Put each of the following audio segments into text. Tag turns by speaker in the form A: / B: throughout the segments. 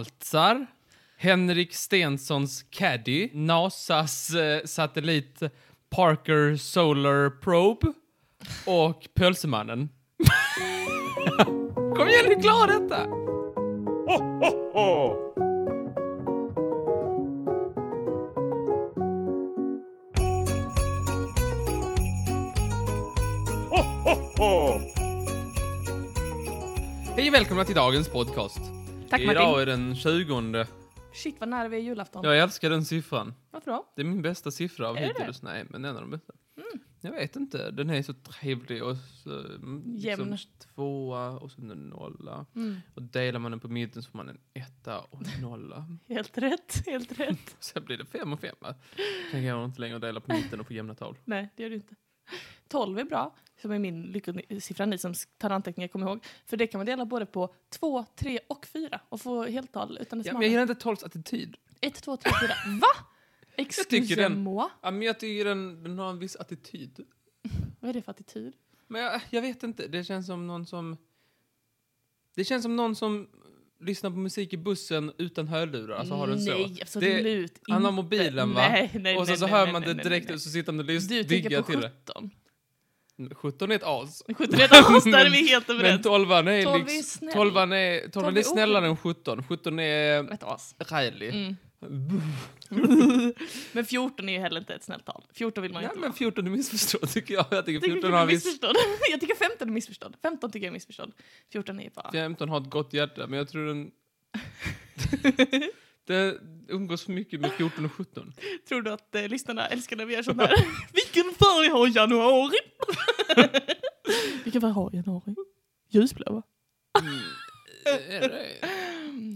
A: Baltzar, Henrik Stensons Caddy, Nasas eh, satellit Parker Solar Probe och Pölsemannen. Kom igen, du klarar detta! Hej och välkomna till dagens podcast.
B: Tack
A: Idag
B: Martin.
A: är den 20.
B: Shit vad nära vi är julafton.
A: Jag älskar den siffran.
B: Varför då?
A: Det är min bästa siffra av
B: Är det Mm.
A: hittills. Nej, men en av de bästa. Jag vet inte. Den är så trevlig och så, mm,
B: Jämn. Mm.
A: tvåa och sen en nolla. Och delar man den på mitten så får man en etta och en nolla.
B: Helt rätt, helt rätt.
A: Sen blir det fem och femma. Sen kan jag inte längre dela på mitten och på jämna tal.
B: Nej, det gör du inte. 12 är bra, som är min lyckosiffra, ni som tar anteckningar kommer ihåg. För det kan man dela både på 2, 3 och 4 och få heltal utan att
A: Ja,
B: smala.
A: men jag gillar inte tolvs attityd.
B: 1, 2, 3, 4. Va?
A: tycker
B: Excuse
A: den-
B: moi.
A: Ja, men jag tycker den, den har en viss attityd.
B: Vad är det för attityd?
A: Men jag, jag vet inte. Det känns som någon som... Det känns som någon som lyssnar på musik i bussen utan hörlurar. Alltså har den så.
B: nej, absolut inte.
A: han har mobilen, va?
B: Nej, nej,
A: och sen
B: nej,
A: så
B: nej,
A: hör
B: nej,
A: man
B: nej,
A: det
B: nej,
A: direkt
B: nej.
A: och så sitter han och lys-
B: Du tänker
A: diggar
B: på
A: till det.
B: 17.
A: 17 är ett as.
B: 17 är ett as, där är vi helt
A: Men
B: överens.
A: 12 är,
B: 12 är
A: liksom,
B: snäll.
A: 12 är, 12 är
B: är
A: snällare än 17. 17 är
B: Ett as.
A: rälig.
B: Mm. Men 14 är ju heller inte ett snällt tal. 14 vill man ju
A: Nej
B: inte
A: men 14 är missförstånd tycker jag. Jag tycker
B: Jag tycker
A: 14
B: 14
A: har
B: är
A: viss...
B: missförstådd. Jag tycker 15 är missförstådd. 15 tycker jag är missförstådd. 14 är bara...
A: 15 har ett gott hjärta men jag tror den... det umgås för mycket med 14 och 17.
B: Tror du att eh, lyssnarna älskar när vi gör sånt här? Vilken färg har januari? Vilken färg har januari? Ljusblå va?
A: Mm. Är det-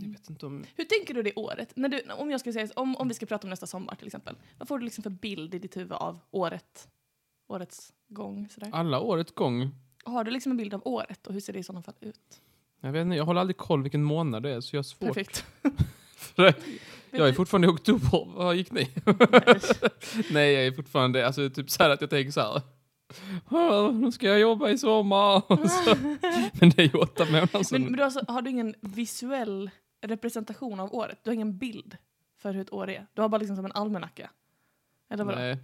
A: Jag vet inte om...
B: Mm. Hur tänker du det året? När du, om, jag ska säga, om, om vi ska prata om nästa sommar till exempel. Vad får du liksom för bild i ditt huvud av året? Årets gång sådär.
A: Alla årets gång.
B: Har du liksom en bild av året och hur ser det i sådana fall ut?
A: Jag vet inte, jag håller aldrig koll vilken månad det är så jag har svårt
B: Perfekt.
A: för det.
B: Vet
A: Jag är
B: du-
A: fortfarande i oktober. Vad gick ni?
B: Nej.
A: Nej, jag är fortfarande alltså, typ så här att jag tänker så här. "Ah, Nu ska jag jobba i sommar. Och Så, men det är ju åtta månader
B: Ah. Men,
A: sedan.
B: men du har, alltså, har du ingen visuell representation av året? Du har ingen bild för hur ett år är? Du har bara liksom som en almanacka? Eller vadå?
A: Nej,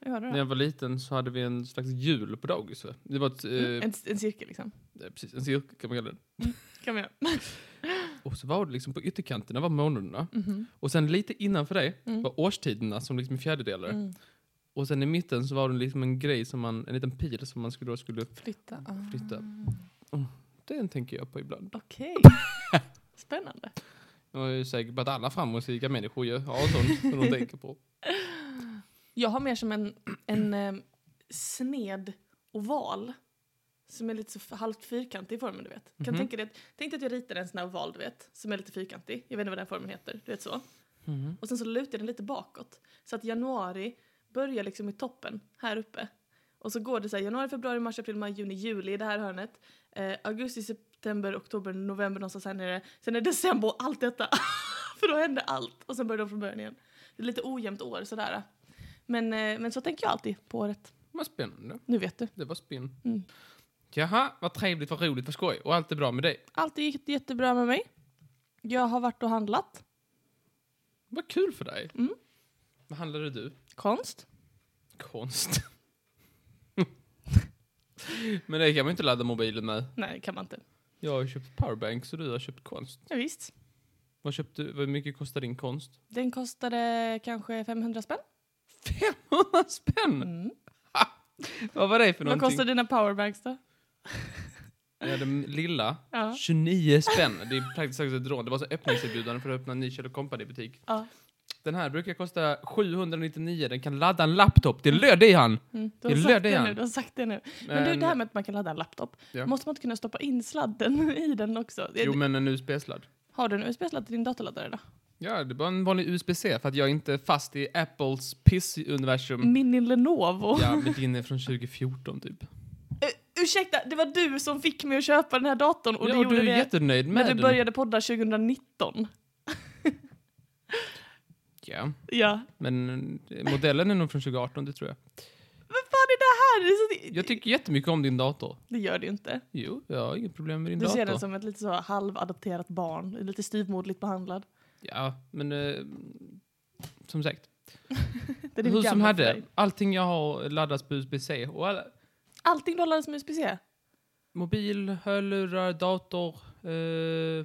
B: Hur har du
A: när
B: det?
A: jag var liten så hade vi en slags jul på dagis. va? Det var ett, eh,
B: Mm, en, en cirkel liksom?
A: eh, precis, en cirkel kan man kalla det.
B: Kan vi göra?
A: Och så var det liksom på ytterkanterna var månaderna.
B: Mhm.
A: Och sen lite innanför det
B: Mm.
A: var årstiderna som liksom är fjärdedelar.
B: Mm.
A: Och sen i mitten så var det liksom en grej som man, en liten pil som man skulle, då skulle...
B: Flytta. Ah.
A: Flytta. Den tänker jag på ibland.
B: Okej. Spännande.
A: Jag är ju säker på att alla framgångsrika människor gör har sånt som de tänker på.
B: Jag har mer som en, en eh, sned oval. Som är lite så f- halvt fyrkantig i formen, du vet. Kan
A: Mhm.
B: tänka dig att, tänk dig att jag ritar en sån här oval, du vet. Som är lite fyrkantig. Jag vet inte vad den formen heter. Du vet så.
A: Mhm.
B: Och sen så lutar den lite bakåt. Så att januari börjar liksom i toppen, här uppe. Och så går det så här januari, februari, mars, april, maj, juni, juli i det här hörnet. Eh, augusti, september, oktober, november någonstans här nere. Sen är december och allt detta. För då händer allt. Och sen börjar de från början igen. Det är lite ojämnt år sådär. Men, eh, men så tänker jag alltid på året.
A: Vad spännande.
B: Nu vet du.
A: Det var spinn.
B: Mm.
A: Jaha, vad trevligt, vad roligt, vad skoj. Och allt är bra med dig.
B: Allt gick jättebra med mig. Jag har varit och handlat
A: Vad kul för dig.
B: Mm.
A: Vad handlade du?
B: konst.
A: Konst. Men det kan man ju inte ladda mobilen med.
B: Nej, kan man inte.
A: Jag har ju köpt powerbank så du har köpt konst.
B: Ja, visst.
A: Vad köpte du? Hur mycket kostar din konst?
B: Den kostade kanske 500 spänn.
A: 500 spänn!
B: Mm.
A: Vad var det för
B: Vad
A: någonting?
B: kostar dina powerbanks då?
A: Ja, den lilla.
B: Ja.
A: 29 spänn. Det är praktiskt taget ett rån. Det var så öppningserbjudande för att öppna en ny Kjell Company butik.
B: ja.
A: Den här brukar kosta 799. Den kan ladda en laptop. Det är löd i han.
B: Mm.
A: Det
B: Du, har
A: är
B: sagt
A: lödde
B: det
A: igen. Eh,
B: nu, du har sagt det nu. Men du, det här med att man kan ladda en laptop.
A: Ja.
B: Måste man inte kunna stoppa in sladden i den också?
A: Jo, men en USB-sladd.
B: Har du en USB-sladd till din datorladdare då?
A: Ja, det var en vanlig USB-C för att jag är inte är fast i Apples piss-universum.
B: Mini Lenovo.
A: Mm. Ja, men din är från 2014 typ.
B: Eh, ursäkta, det var du som fick mig att köpa den här datorn och
A: ja,
B: det
A: och
B: gjorde
A: du är
B: vi
A: jättenöjd med
B: när du
A: den.
B: började podda 2019.
A: Ja,
B: Ja.
A: men eh, modellen är nog från 2018, det tror jag.
B: Vad fan är det här? Det, är så, det,
A: Jag tycker jättemycket om din dator.
B: det gör det ju inte.
A: Jo, jag har inget problem med din
B: Du
A: dator.
B: ser den som ett lite så halvadopterat barn. Lite styvmoderligt behandlad.
A: Ja, men eh, som sagt.
B: Det är
A: Hur som
B: gammal för
A: hade,
B: dig.
A: allting jag har laddas på USB-C. Och alla,
B: Allting du har laddat som USB-C.
A: mobil, hörlurar, dator. Eh,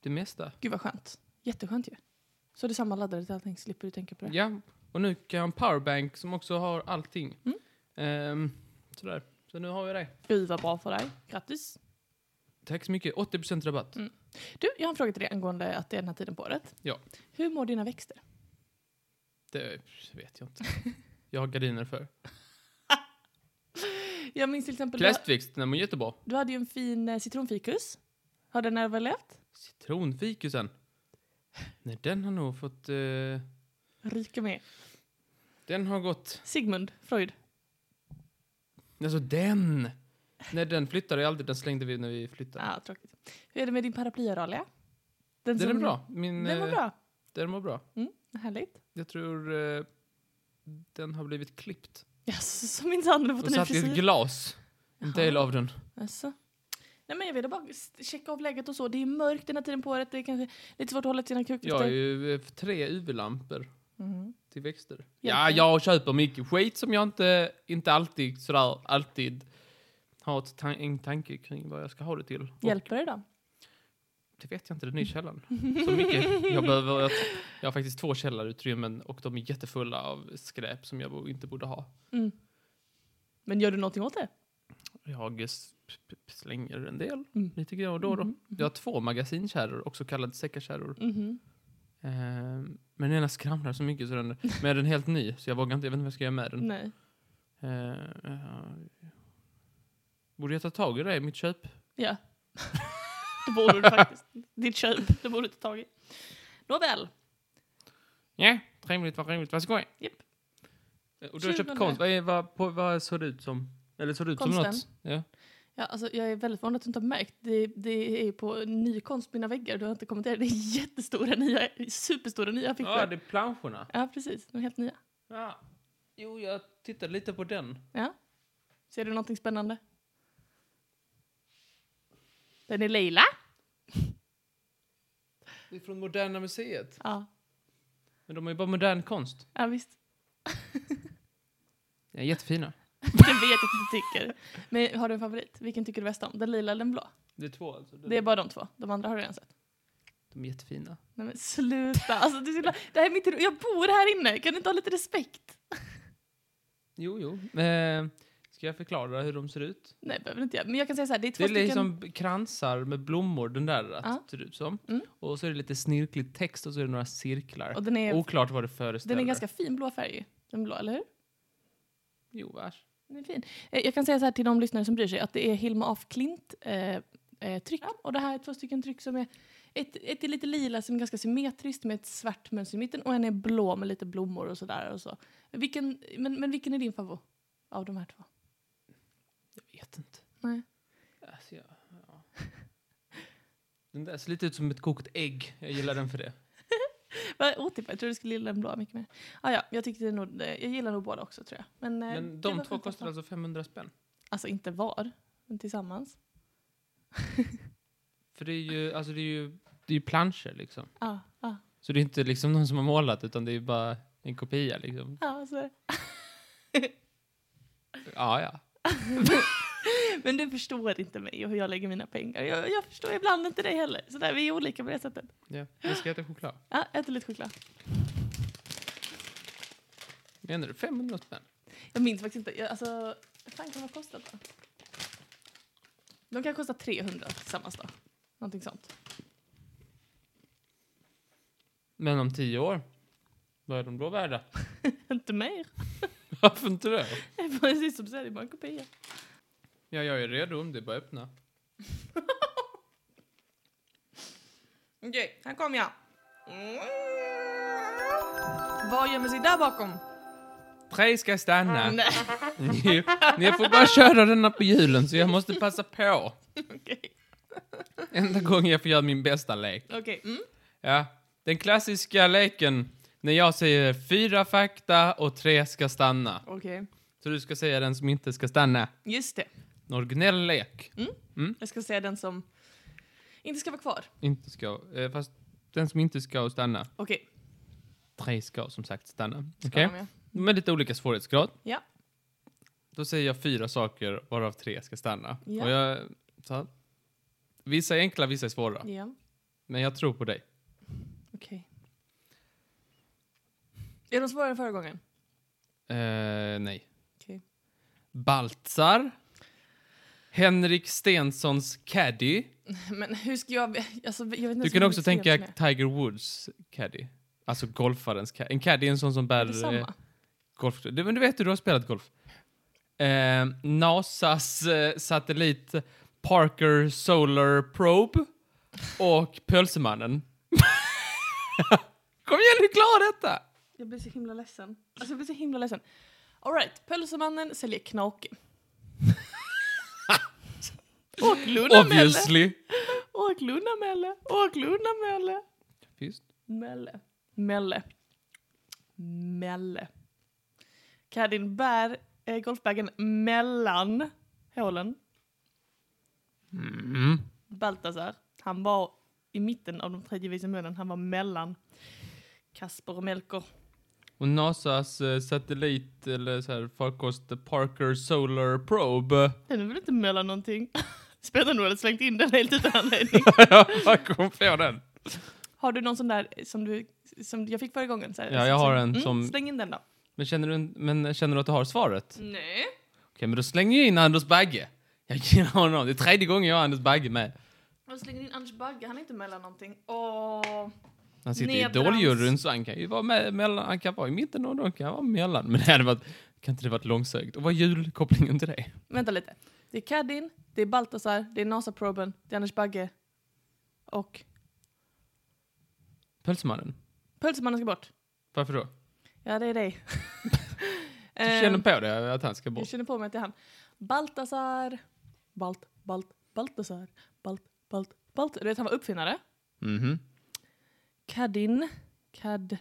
A: det mesta.
B: Gud vad skönt. Jätteskönt ju. Så har du samma laddare till allting, slipper du tänka på det.
A: Ja, och nu kan jag ha en powerbank som också har allting.
B: Mm.
A: Ehm, sådär. Så nu har jag det.
B: Gud vad bra för dig. Grattis.
A: Tack så mycket. 80% rabatt.
B: Mm. Du, jag har en fråga till dig angående att det är den här tiden på året.
A: Ja.
B: Hur mår dina växter?
A: Det vet jag inte. Jag har gardiner för.
B: Jag minns till exempel, du,
A: Plästväxt, den mår jättebra.
B: du hade ju en fin eh, citronfikus. Har den överlevt?
A: Citronfikusen. Nej, den har nog fått... eh,
B: Ryka med.
A: den har gått...
B: Sigmund Freud.
A: Alltså den! Nej, den flyttade jag aldrig. Den slängde vi när vi flyttade.
B: Ah, tråkigt. Hur är det med din paraplyarealia?
A: den är
B: som-
A: bra. Min,
B: Den var
A: eh,
B: bra.
A: Den mår bra.
B: Mm, härligt.
A: Jag tror eh, den har blivit klippt.
B: Yes, som inte han hade fått
A: Och
B: en ny
A: satt i
B: frisyr.
A: ett glas. En
B: Jaha.
A: del av den.
B: Alltså. Nej men jag ville bara s- checka av läget och så. Det är mörkt den här tiden på året. Det är kanske lite svårt att hålla sina
A: Jag
B: kuklyktor.
A: har ju eh, tre UV-lampor
B: Mhm.
A: till växter. Ja,
B: Hjälper.
A: jag köper mycket skit som jag inte, inte alltid sådär, alltid har ett tan- en tanke kring vad jag ska ha det till. Och
B: Hjälper det då?
A: Det vet jag inte, den är i källaren. Så mycket. Jag, behöver, jag, jag har faktiskt två källarutrymmen och de är jättefulla av skräp som jag bo- inte borde ha.
B: Mm. Men gör du någonting åt det?
A: Jag s- p- p- slänger en del,
B: Mm.
A: lite grann och då och då. Jag har två magasinkärror, också kallade säckakärror.
B: Mhm.
A: Ehm, men den ena skramlar så mycket så den, men den är helt ny så jag vågar inte, jag vet inte vad jag ska göra med den.
B: Nej.
A: Eh, eh, borde jag ta tag i det i mitt köp?
B: Ja. det borde du faktiskt. Ditt köp, det borde du ta tag i. Nåväl.
A: Ja, trevligt, vad roligt, vad skoj.
B: Japp.
A: Eh, Och du har köpt
B: 20.
A: konst, vad, är, vad, på, vad såg det ut som? Eller såg det ut som
B: Konsten.
A: något? Ja.
B: Ja, alltså, jag är väldigt förvånad att du inte har märkt. Det, det är ju på ny konst på mina väggar. Du har inte kommenterat. Det är jättestora nya, superstora nya fickor.
A: Ja, det är planscherna.
B: ja, precis. De är helt nya.
A: Ja. Jo, jag tittade lite på den.
B: Ja. Ser du någonting spännande? Den är lila.
A: Det är från Moderna Museet.
B: Ja,
A: Men de har ju bara modern konst.
B: ja visst.
A: Ja, jättefina.
B: Den vet jag att du tycker. Men har du en favorit? Vilken tycker du bäst om? Den lila eller den blå?
A: Det är två alltså. De,
B: Det är bara de två. De andra har du redan sett.
A: de är jättefina.
B: Nej men sluta. Alltså, du, skulle- det här är mitt rum. Jag bor här inne. Kan du inte ha lite respekt?
A: Jo, jo. Eh, ska jag förklara hur de ser ut?
B: Nej, behöver inte jag. Men jag kan säga så här. Det är två
A: Det är
B: stycken.
A: liksom kransar med blommor, den där att
B: Ja.
A: ser ut som.
B: Mm.
A: Och så är det lite snirklig text och så är det några cirklar.
B: Och den är,
A: Oklart vad det föreställer.
B: den är ganska fin blå färg. ju. Den blå, eller hur?
A: Jo, vars.
B: Den är fin. Eh, Jag kan säga så här till de lyssnare som bryr sig att det är Hilma af Klint eh, eh, tryck. Och det här är två stycken tryck som är ett, ett är lite lila som är ganska symmetriskt med ett svart mönster i mitten och en är blå med lite blommor och sådär och så. Vilken, men, men vilken är din favorit av de här två?
A: Jag vet inte.
B: Nej.
A: Alltså, jag, ja. Den där ser lite ut som ett kokt ägg. Jag gillar den för det.
B: Vad otippat, jag tror du skulle gilla den blå mycket mer. Ah, ja, jag tyckte nog, eh, jag gillar nog båda också tror jag. Men, eh,
A: Men
B: det
A: de
B: var
A: två
B: skönt att
A: kostar
B: ha.
A: alltså 500 spänn.
B: Alltså inte var, men tillsammans.
A: För det är ju, alltså det är ju, det är ju planscher liksom.
B: Ja, ja,
A: Så det är inte liksom någon som har målat utan det är ju bara en kopia liksom.
B: ja. så är det.
A: Ja, ja.
B: Men du förstår inte mig och hur jag lägger mina pengar. Jag, jag förstår ibland inte dig heller. Så där, vi är olika på det sättet.
A: ja. Jag ska äta choklad.
B: Ja, äter lite choklad.
A: Menar du 500 spänn?
B: Jag minns faktiskt inte. Jag, alltså, vad fan kan de kosta då? De kan kosta 300 tillsammans då. Någonting sånt.
A: Men om 10 år, vad är de då värda?
B: inte mer.
A: Varför inte det?
B: Det är precis som du säger, det är bara en kopia.
A: Ja, jag är redo om det är bara att öppna.
B: Okej, här kommer jag. Vad gömmer sig där bakom?
A: Tre ska stanna.
B: Ah, Nej,
A: Ni, ni får bara köra denna på julen så jag måste passa på.
B: okej.
A: Enda gången jag får göra min bästa lek.
B: Okej, mm.
A: Ja, den klassiska leken när jag säger fyra fakta och tre ska stanna.
B: Okej.
A: Så du ska säga den som inte ska stanna.
B: Just det.
A: En originell lek.
B: Jag ska säga den som inte ska vara kvar.
A: Inte ska, eh, fast den som inte ska stanna.
B: Okej.
A: Tre ska som sagt stanna.
B: ska
A: Okej?
B: de, ja.
A: Med lite olika svårighetsgrad.
B: Ja.
A: Då säger jag fyra saker varav tre ska stanna.
B: Ja.
A: Och jag, så, här. vissa är enkla, vissa är svåra.
B: Ja,
A: Men jag tror på dig.
B: okej. Är de svårare än förra gången?
A: Eh, nej.
B: Okej.
A: Baltzar. Henrik Stensons caddy.
B: Men hur ska jag... Alltså, jag vet inte
A: Du
B: ens
A: kan
B: hur
A: också
B: det ser ut
A: tänka
B: som är.
A: Tiger Woods caddy. Alltså golfarens caddy. En caddy är en sån som
B: Är
A: bär
B: det
A: eh,
B: samma?
A: golf. Du, men du vet hur du har spelat golf. Eh, Nasas eh, satellit Parker Solar Probe och Pölsemannen. Kom igen, du klarar detta!
B: Jag blir så himla ledsen. Alltså jag blir så himla ledsen. Alright, Pölsemannen säljer knake. Åk Lundamälle!
A: Obviously.
B: Åk Lundamälle! Åk Lundamälle!
A: Visst.
B: Melle. Melle. Melle. Kadin bär eh, golfbagen mellan hålen.
A: Mm.
B: Baltasar, han var i mitten av de tredje vise männen. Han var mellan Kasper och Melker.
A: Och Nasas eh, satellit, eller så här, farkost, Parker Solar Probe.
B: Den är väl inte mellan någonting? Spännande nog hade slängt in den helt utan anledning.
A: jag kom på den.
B: Har du någon sån där som du, som jag fick förra gången? Så här,
A: Ja, jag har en
B: mm,
A: som-
B: Släng in den då.
A: Men känner, du, men känner du att du har svaret?
B: Nej.
A: Okej, men då slänger jag in Anders Bagge. Jag ger honom. Det är tredje gången jag har Anders Bagge med.
B: Jag slänger in Anders Bagge, han är inte mellan någonting. Åh.
A: Han sitter i
B: Nedrans.
A: Idoljuryn så han kan ju vara med mellan, han kan vara i mitten och då kan han vara mellan. Men det hade varit, kan inte det varit långsökt? Och vad är julkopplingen till det?
B: Vänta lite. Det är Kadin, det är Baltasar, det är NASA-proben, det är Anders Bagge och
A: Pölsemannen?
B: Pölsemannen ska bort.
A: Varför då?
B: Ja, det är dig. Ehm,
A: Du
B: Eh,
A: känner på det att han ska
B: jag
A: bort?
B: känner på mig att det är han. Baltasar. Balt, Balt, Baltasar. Balt, Balt, Balt. Du vet, han var uppfinnare.
A: Mhm.
B: Kadin. Kad.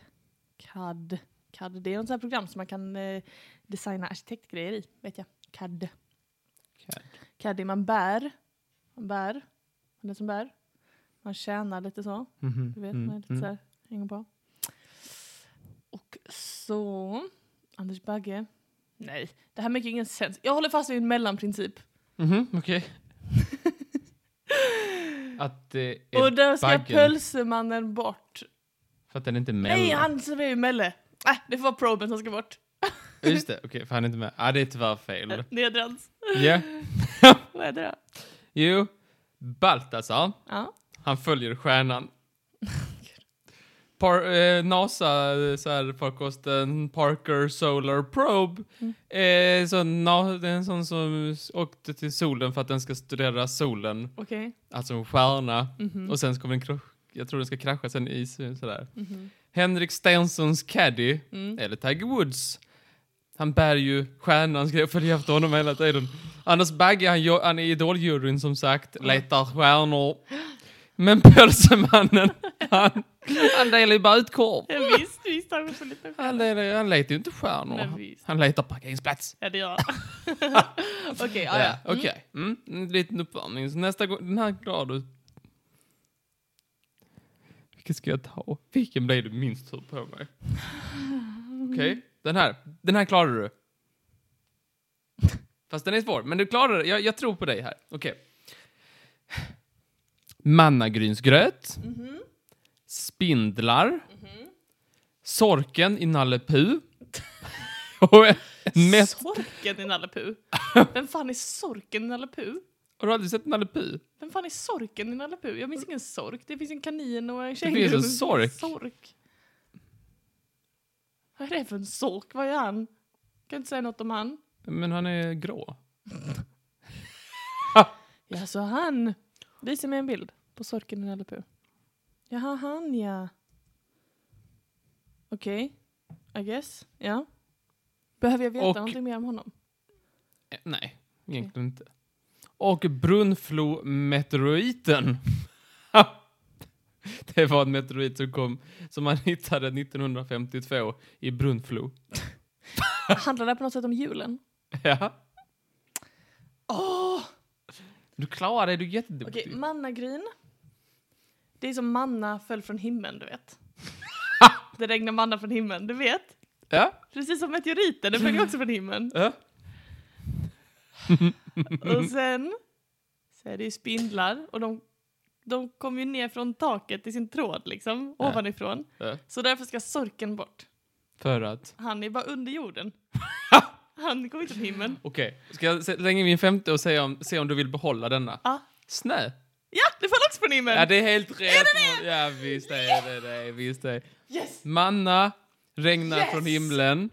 B: Kad. Kad. Det är något sånt här program som man kan eh, designa arkitektgrejer i, vet jag. Kad.
A: Okej.
B: Caddy, man bär. Man bär. Man är den som bär. Man tjänar lite så.
A: Mhm.
B: Du vet,
A: Mm.
B: man är lite
A: Mm.
B: så här, hänger på. Och så, Anders Bagge. Nej, det här maker ingen sens. Jag håller fast vid en mellanprincip.
A: Mhm, okej. att det är
B: Och där ska
A: baggen,
B: pölsemannen bort.
A: För att den är inte är mellan.
B: Nej, han som är ju Melle. Äh, det får vara proben som ska bort.
A: Just det, okej, för han är inte med. Ja, ah, det är tyvärr fel.
B: Nedrans.
A: Ja.
B: Vad är det då?
A: Jo. Baltasar.
B: Ja.
A: Han följer stjärnan. Par, eh, Nasa, eh, så här, farkosten Parker Solar Probe. Eh, så na, det är en sån som s- åkte till solen för att den ska studera solen,
B: Okej.
A: alltså en stjärna.
B: Mhm.
A: Och sen så kommer den krasch, jag tror den ska krascha sen i s- sådär.
B: Mhm.
A: Henrik Stensons caddy,
B: Mm.
A: eller Tiger Woods. Han bär ju stjärnan, ska jag följa efter honom hela tiden. Anders Bagge, han, jo- han är idoljuryn som sagt, letar stjärnor. Men pölsemannen, han, han delar ju bara ut korv.
B: Ja, visst, visst har vi så lite
A: Han, delar, ju- han letar ju inte
B: Men
A: stjärnor.
B: visst.
A: Han letar parkeringsplats.
B: Ja, det gör jag. Okej,
A: Ja,
B: ja, ja.
A: Okej, mm. en liten uppvärmning. Så nästa gång, den här klarar du. Vilken ska jag ta? Vilken blev du minst sur på mig? Okej, den här. Den här klarar du. Fast den är svår, men du klarar det. Jag, jag tror på dig här. Okej. Mannagrynsgröt.
B: Mhm.
A: Spindlar. Sorken i Nalle Puh. Och en mätt...
B: Sorken i Nalle Puh? Vem fan är sorken i Nalle Puh?
A: Har du aldrig sett Nalle Puh?
B: Vem fan är sorken i Nalle Puh? Jag minns ingen sork. Det finns en kanin och en
A: en
B: känguru. men
A: sork.
B: sork. Vad är det för en sork? Vad är han? Kan inte säga något om han.
A: Men han är grå.
B: Ja, så han. Visa mig en bild på sorken i Nalle Puh. Jaha, han ja. Okej, I guess. Ja. Behöver jag veta
A: Och-
B: någonting mer om honom?
A: Eh, Nej, egentligen inte. Och Brunflo-meteoriten. det var en meteorit som kom, som man hittade 1952 i Brunflo.
B: Handlar det här på något sätt om julen?
A: Ja. Åh! Du klarar det, du är jätteduktig.
B: Okej, mannagryn. Det är som manna föll från himlen, du vet. det regnar manna från himlen, du vet.
A: Ja,
B: Precis som meteoriten, den föll ju också från himlen.
A: ja.
B: Och sen så är det ju spindlar och de, de kommer ju ner från taket i sin tråd liksom,
A: Ja.
B: ovanifrån.
A: Ja.
B: Så därför ska sorken bort.
A: För att...
B: Han är bara under jorden. Han kommer inte från himlen.
A: Okej, ska jag slänga in min femte och se om, se om du vill behålla denna?
B: Ja.
A: Snö.
B: Ja, det föll också från himlen!
A: Ja, det Ehm. är helt rätt. Är det Ja, visst är det det. Visst är det.
B: Yes!
A: Manna regnar
B: Yes!
A: från himlen.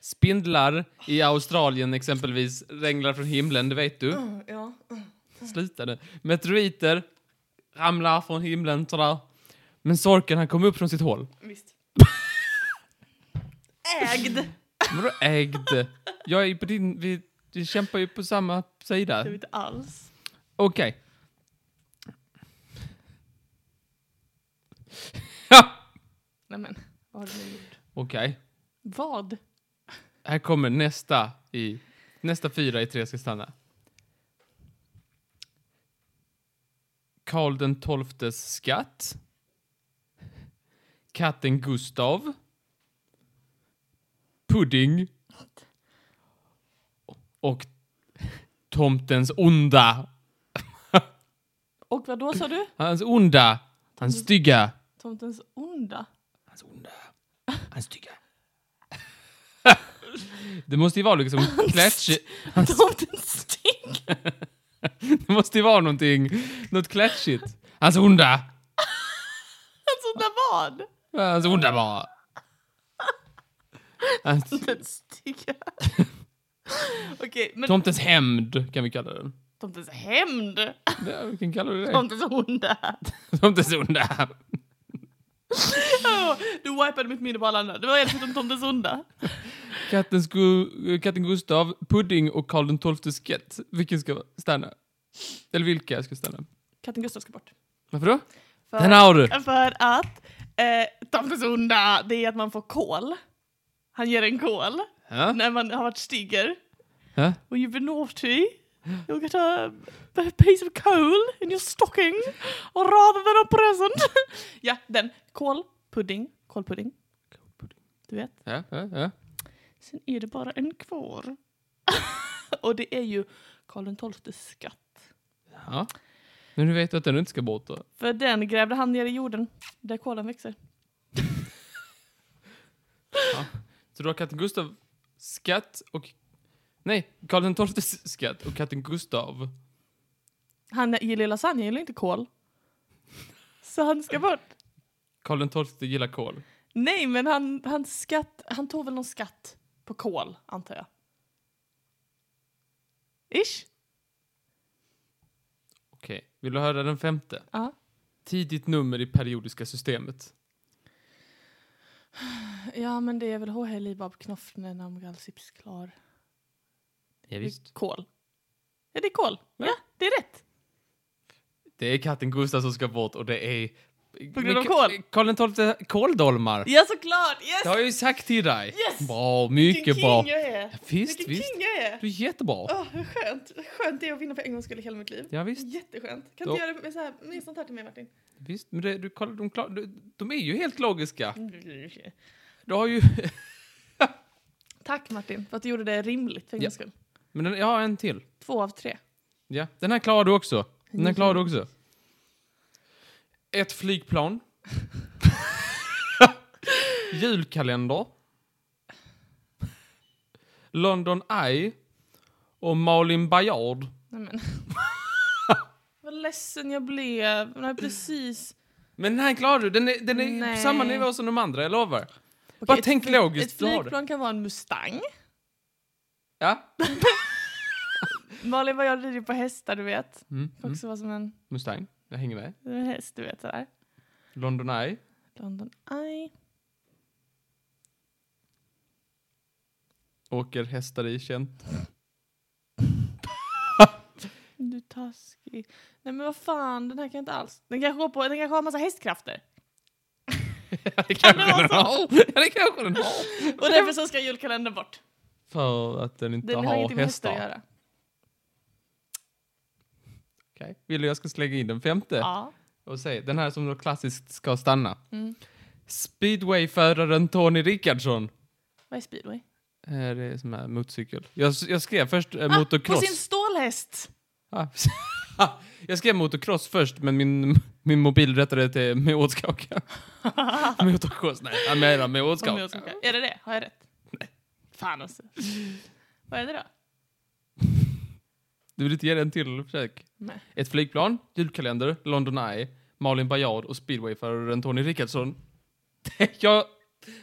A: Spindlar i Australien exempelvis regnar från himlen, det vet du.
B: Mm, Ja. mm.
A: Sluta nu. Meteoriter ramlar från himlen sådär. Men sorken han kom upp från sitt hål.
B: Visst. Ägd!
A: Vadå ägd? Jag är på din... Vi, vi kämpar ju på samma sida.
B: Det är inte alls.
A: Okej. Ja!
B: Nej men, vad har du nu gjort?
A: Okej.
B: Vad?
A: Här kommer nästa i... Nästa fyra i tre ska stanna. Karl den tolftes skatt. Katten Gustav. Pudding. Och tomtens onda.
B: Och vad då sa du?
A: Hans onda. Hans stygga.
B: Tomtens onda?
A: Hans onda. Hans stygga. Det måste ju vara liksom klatschigt.
B: Tomtens stygg?
A: Det måste ju vara någonting, något klatschigt. Hans onda.
B: Hans onda Alltså, vad?
A: Hans onda bara. Hans,
B: Tomtens stygga? Okej, men
A: tomtens hämnd kan vi kalla den.
B: tomtens hämnd?
A: Ja, vi kan kalla det det.
B: Tomtens onda?
A: Tomtens onda.
B: Åh, du wipade mitt minne på alla andra. Det var egentligen tomtens onda.
A: Katten, Sku- katten Gustav, Pudding och Karl XII skett. Vilken ska stanna? Eller vilka ska stanna?
B: Katten Gustav ska bort.
A: Varför då?
B: För,
A: Den har du!
B: för att eh, tomtens onda, det är att man får kol. Han ger en kol
A: Ja?
B: när man har varit stygger.
A: Ja?
B: Well, you've been naughty. You'll get a, a eh, piece of coal in your stocking rather than a present. ja, den. Kålpudding. Kålpudding, du vet.
A: Ja, ja, ja.
B: Sen är det bara en kvar. Och det är ju Karl XIIs skatt.
A: ja. Men du vet att den inte ska bort då?
B: För den grävde han ner i jorden där kålen växer.
A: Så du har katten Gustav skatt och... Nej, Karl XII skatt och katten Gustav.
B: Han gillar lasagne, han gillar inte kål. Så han ska bort.
A: Karl XII gillar kol.
B: Nej, men han, han, skatt, han tog väl någon skatt på kol, antar jag. Ish?
A: Okej, vill du höra den femte?
B: Ja.
A: Tidigt nummer i periodiska systemet.
B: Ja, men det är väl H.H. Libab Knopfner Namgal Sips Klar.
A: Ja,
B: Kol. Ja, det är kol. Ja, det är rätt.
A: Det är katten Gustav som ska bort och det är...
B: På grund av kol.
A: Karl XII kåldolmar.
B: Ja, såklart! Yes!
A: Det har jag ju sagt till dig.
B: Yes!
A: Bra,
B: Vilken
A: mycket
B: king
A: bra.
B: jag är!
A: Visst,
B: Vilken
A: visst.
B: king jag är!
A: Du är jättebra.
B: Åh, hur skönt. Skönt det är att vinna för en gångs skull i hela mitt liv.
A: Ja, visst,
B: Jätteskönt. Kan
A: Då-
B: du göra med så här, med sånt här till mig, Martin?
A: visst. Men det, du, kolla, de, klar, de, de är ju helt logiska. Du har ju...
B: Tack, Martin, för att du gjorde det rimligt för en
A: Ja.
B: gångs skull.
A: Men den, jag har en till.
B: Två av tre.
A: Ja, den här klarar du också. Den här klarar du också. Ett flygplan. Julkalender. London Eye. Och Malin Baryard.
B: Nej, men. Vad ledsen jag blev. Men jag har precis...
A: Men den här klarar du. Den är, den är på
B: Nej.
A: samma nivå som de andra, jag lovar.
B: Okej,
A: Bara
B: ett
A: tänk
B: flyg-
A: logiskt.
B: Ett
A: du har det.
B: flygplan kan vara en Mustang.
A: Ja.
B: Malin var jag rider på hästar, du vet.
A: Mm,
B: Kan
A: mm.
B: också vara som en,
A: Mustang. Jag hänger med.
B: en häst, du vet sådär.
A: London Eye.
B: London Eye.
A: Åker hästar i känt.
B: Du är taskig. Nej men vad fan, den här kan jag inte alls. Den kanske, går på, den kanske har massa hästkrafter.
A: Ja, det
B: Kan det
A: kanske den
B: vara
A: har. Ja, det kanske den har.
B: Och därför så ska julkalendern bort.
A: För att den inte
B: Den har
A: har
B: ingenting med hästar att
A: hästar.
B: göra.
A: Okej. Vill du jag ska slänga in den femte?
B: Ja.
A: Och se, den här som då klassiskt ska stanna.
B: Mm.
A: Speedwayföraren Tony Rickardsson.
B: Vad är speedway?
A: Eh, Det är som här motorcykel. Jag, jag skrev först eh,
B: Ah, på sin
A: motocross.
B: stålhäst!
A: Ah, jag skrev motocross först, men min, min mobil rättade till motorskaka. motocross, nej. Jag menar
B: Om jag
A: motorskaka.
B: ska- Är det det? Har jag rätt? Fan också. Vad är det då?
A: Du vill inte ge den till försök?
B: Nej.
A: Ett flygplan, julkalender, London Eye, Malin Baryard och speedwayföraren Tony Rickardsson. Det- jag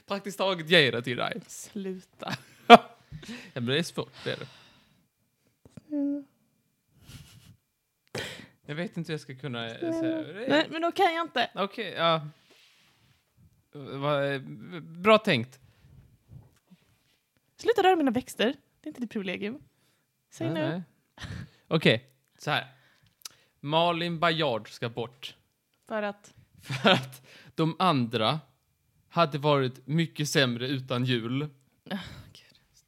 A: praktiskt taget ger det till dig.
B: Sluta.
A: Ja, men det är svårt, det är det. Jag vet inte hur jag ska kunna eh, säga. Det är-
B: Nej, men då kan jag inte.
A: Okej, ja. Vad- Bra tänkt.
B: Sluta röra mina växter. Det är inte ditt privilegium. Säg
A: Nej,
B: nu.
A: nej. Okej, så här. Malin Baryard ska bort.
B: För att...
A: För att de andra hade varit mycket sämre utan jul.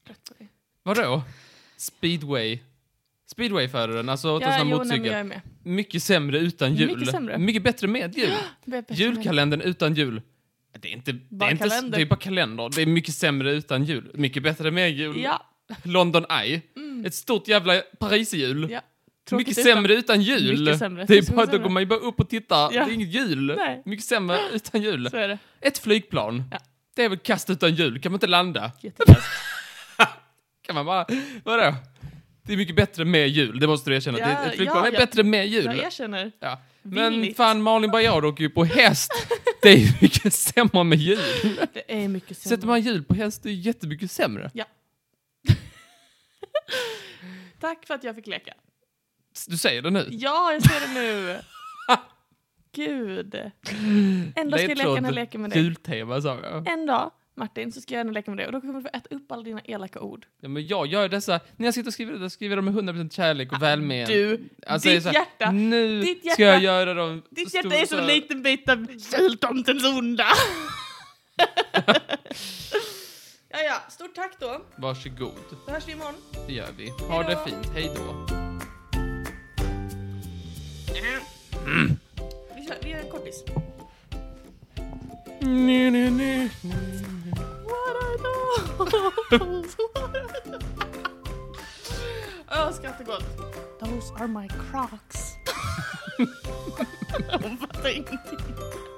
B: Trött på dig.
A: Vadå? Speedway. Speedwayföraren, alltså ja,
B: Ja,
A: sån
B: jo, nej, men
A: motorcykel.
B: jag är med.
A: Mycket sämre utan jul.
B: Mycket sämre.
A: mycket bättre med jul.
B: Det är bättre med-
A: Julkalendern utan jul. Det är inte... Det
B: Bara
A: är, inte
B: kalender.
A: det är bara kalender. Det är mycket sämre utan jul. Mycket bättre med jul.
B: Ja. Mm.
A: London Eye. Ett stort jävla Parisjul.
B: ja. Tråkigt
A: Mycket
B: utan-
A: sämre utan jul.
B: Mycket sämre.
A: Det är
B: Tusen
A: bara, då
B: sämre.
A: går man ju bara upp och tittar.
B: Ja.
A: Det är inget jul.
B: Nej.
A: Mycket sämre utan jul.
B: Så är det.
A: Ett flygplan.
B: Ja.
A: Det är väl kast utan hjul? Kan man inte landa?
B: Jättekast.
A: Kan man bara... Vadå? Det är mycket bättre med hjul. Det måste du erkänna.
B: Ja,
A: det, ett flygplan
B: ja,
A: är
B: ja.
A: bättre med
B: Jag
A: hjul.
B: erkänner.
A: Ja. Men
B: Villigt.
A: fan, Malin Baryard åker ju på häst. Det är ju mycket sämre med hjul.
B: Det är mycket sämre.
A: Sätter man hjul på häst, det är jättemycket sämre.
B: Tack för att jag fick leka.
A: Du säger det nu.
B: Ja, jag ser det nu. Gud. En dag ska jag leka den här
A: Ledtråd,
B: leken med dig.
A: Jultema, sa jag.
B: En dag, Martin, så ska jag gärna leka med dig och då kommer du få äta upp alla dina elaka ord.
A: Ja, men jag gör dessa... När jag sitter och skriver det, skriver jag dem med 100% kärlek och välmen.
B: Ah, Du,
A: Alltså, jag
B: ditt
A: är så här,
B: hjärta,
A: Nu
B: ditt
A: ska
B: hjärta-
A: jag göra dem...
B: ditt
A: stora-
B: hjärta är som en liten bit av jultomtens onda. ja, ja, stort tack då.
A: Varsågod.
B: Då hörs vi imorgon.
A: Det gör vi. Ha
B: Hej då.
A: det fint. Hej då.
B: Vi, kör, vi gör en kortis.
A: Nej, nej, nej.
B: What I know. Åh, skrattar gott. Those are my crocs. Hon fattar ingenting.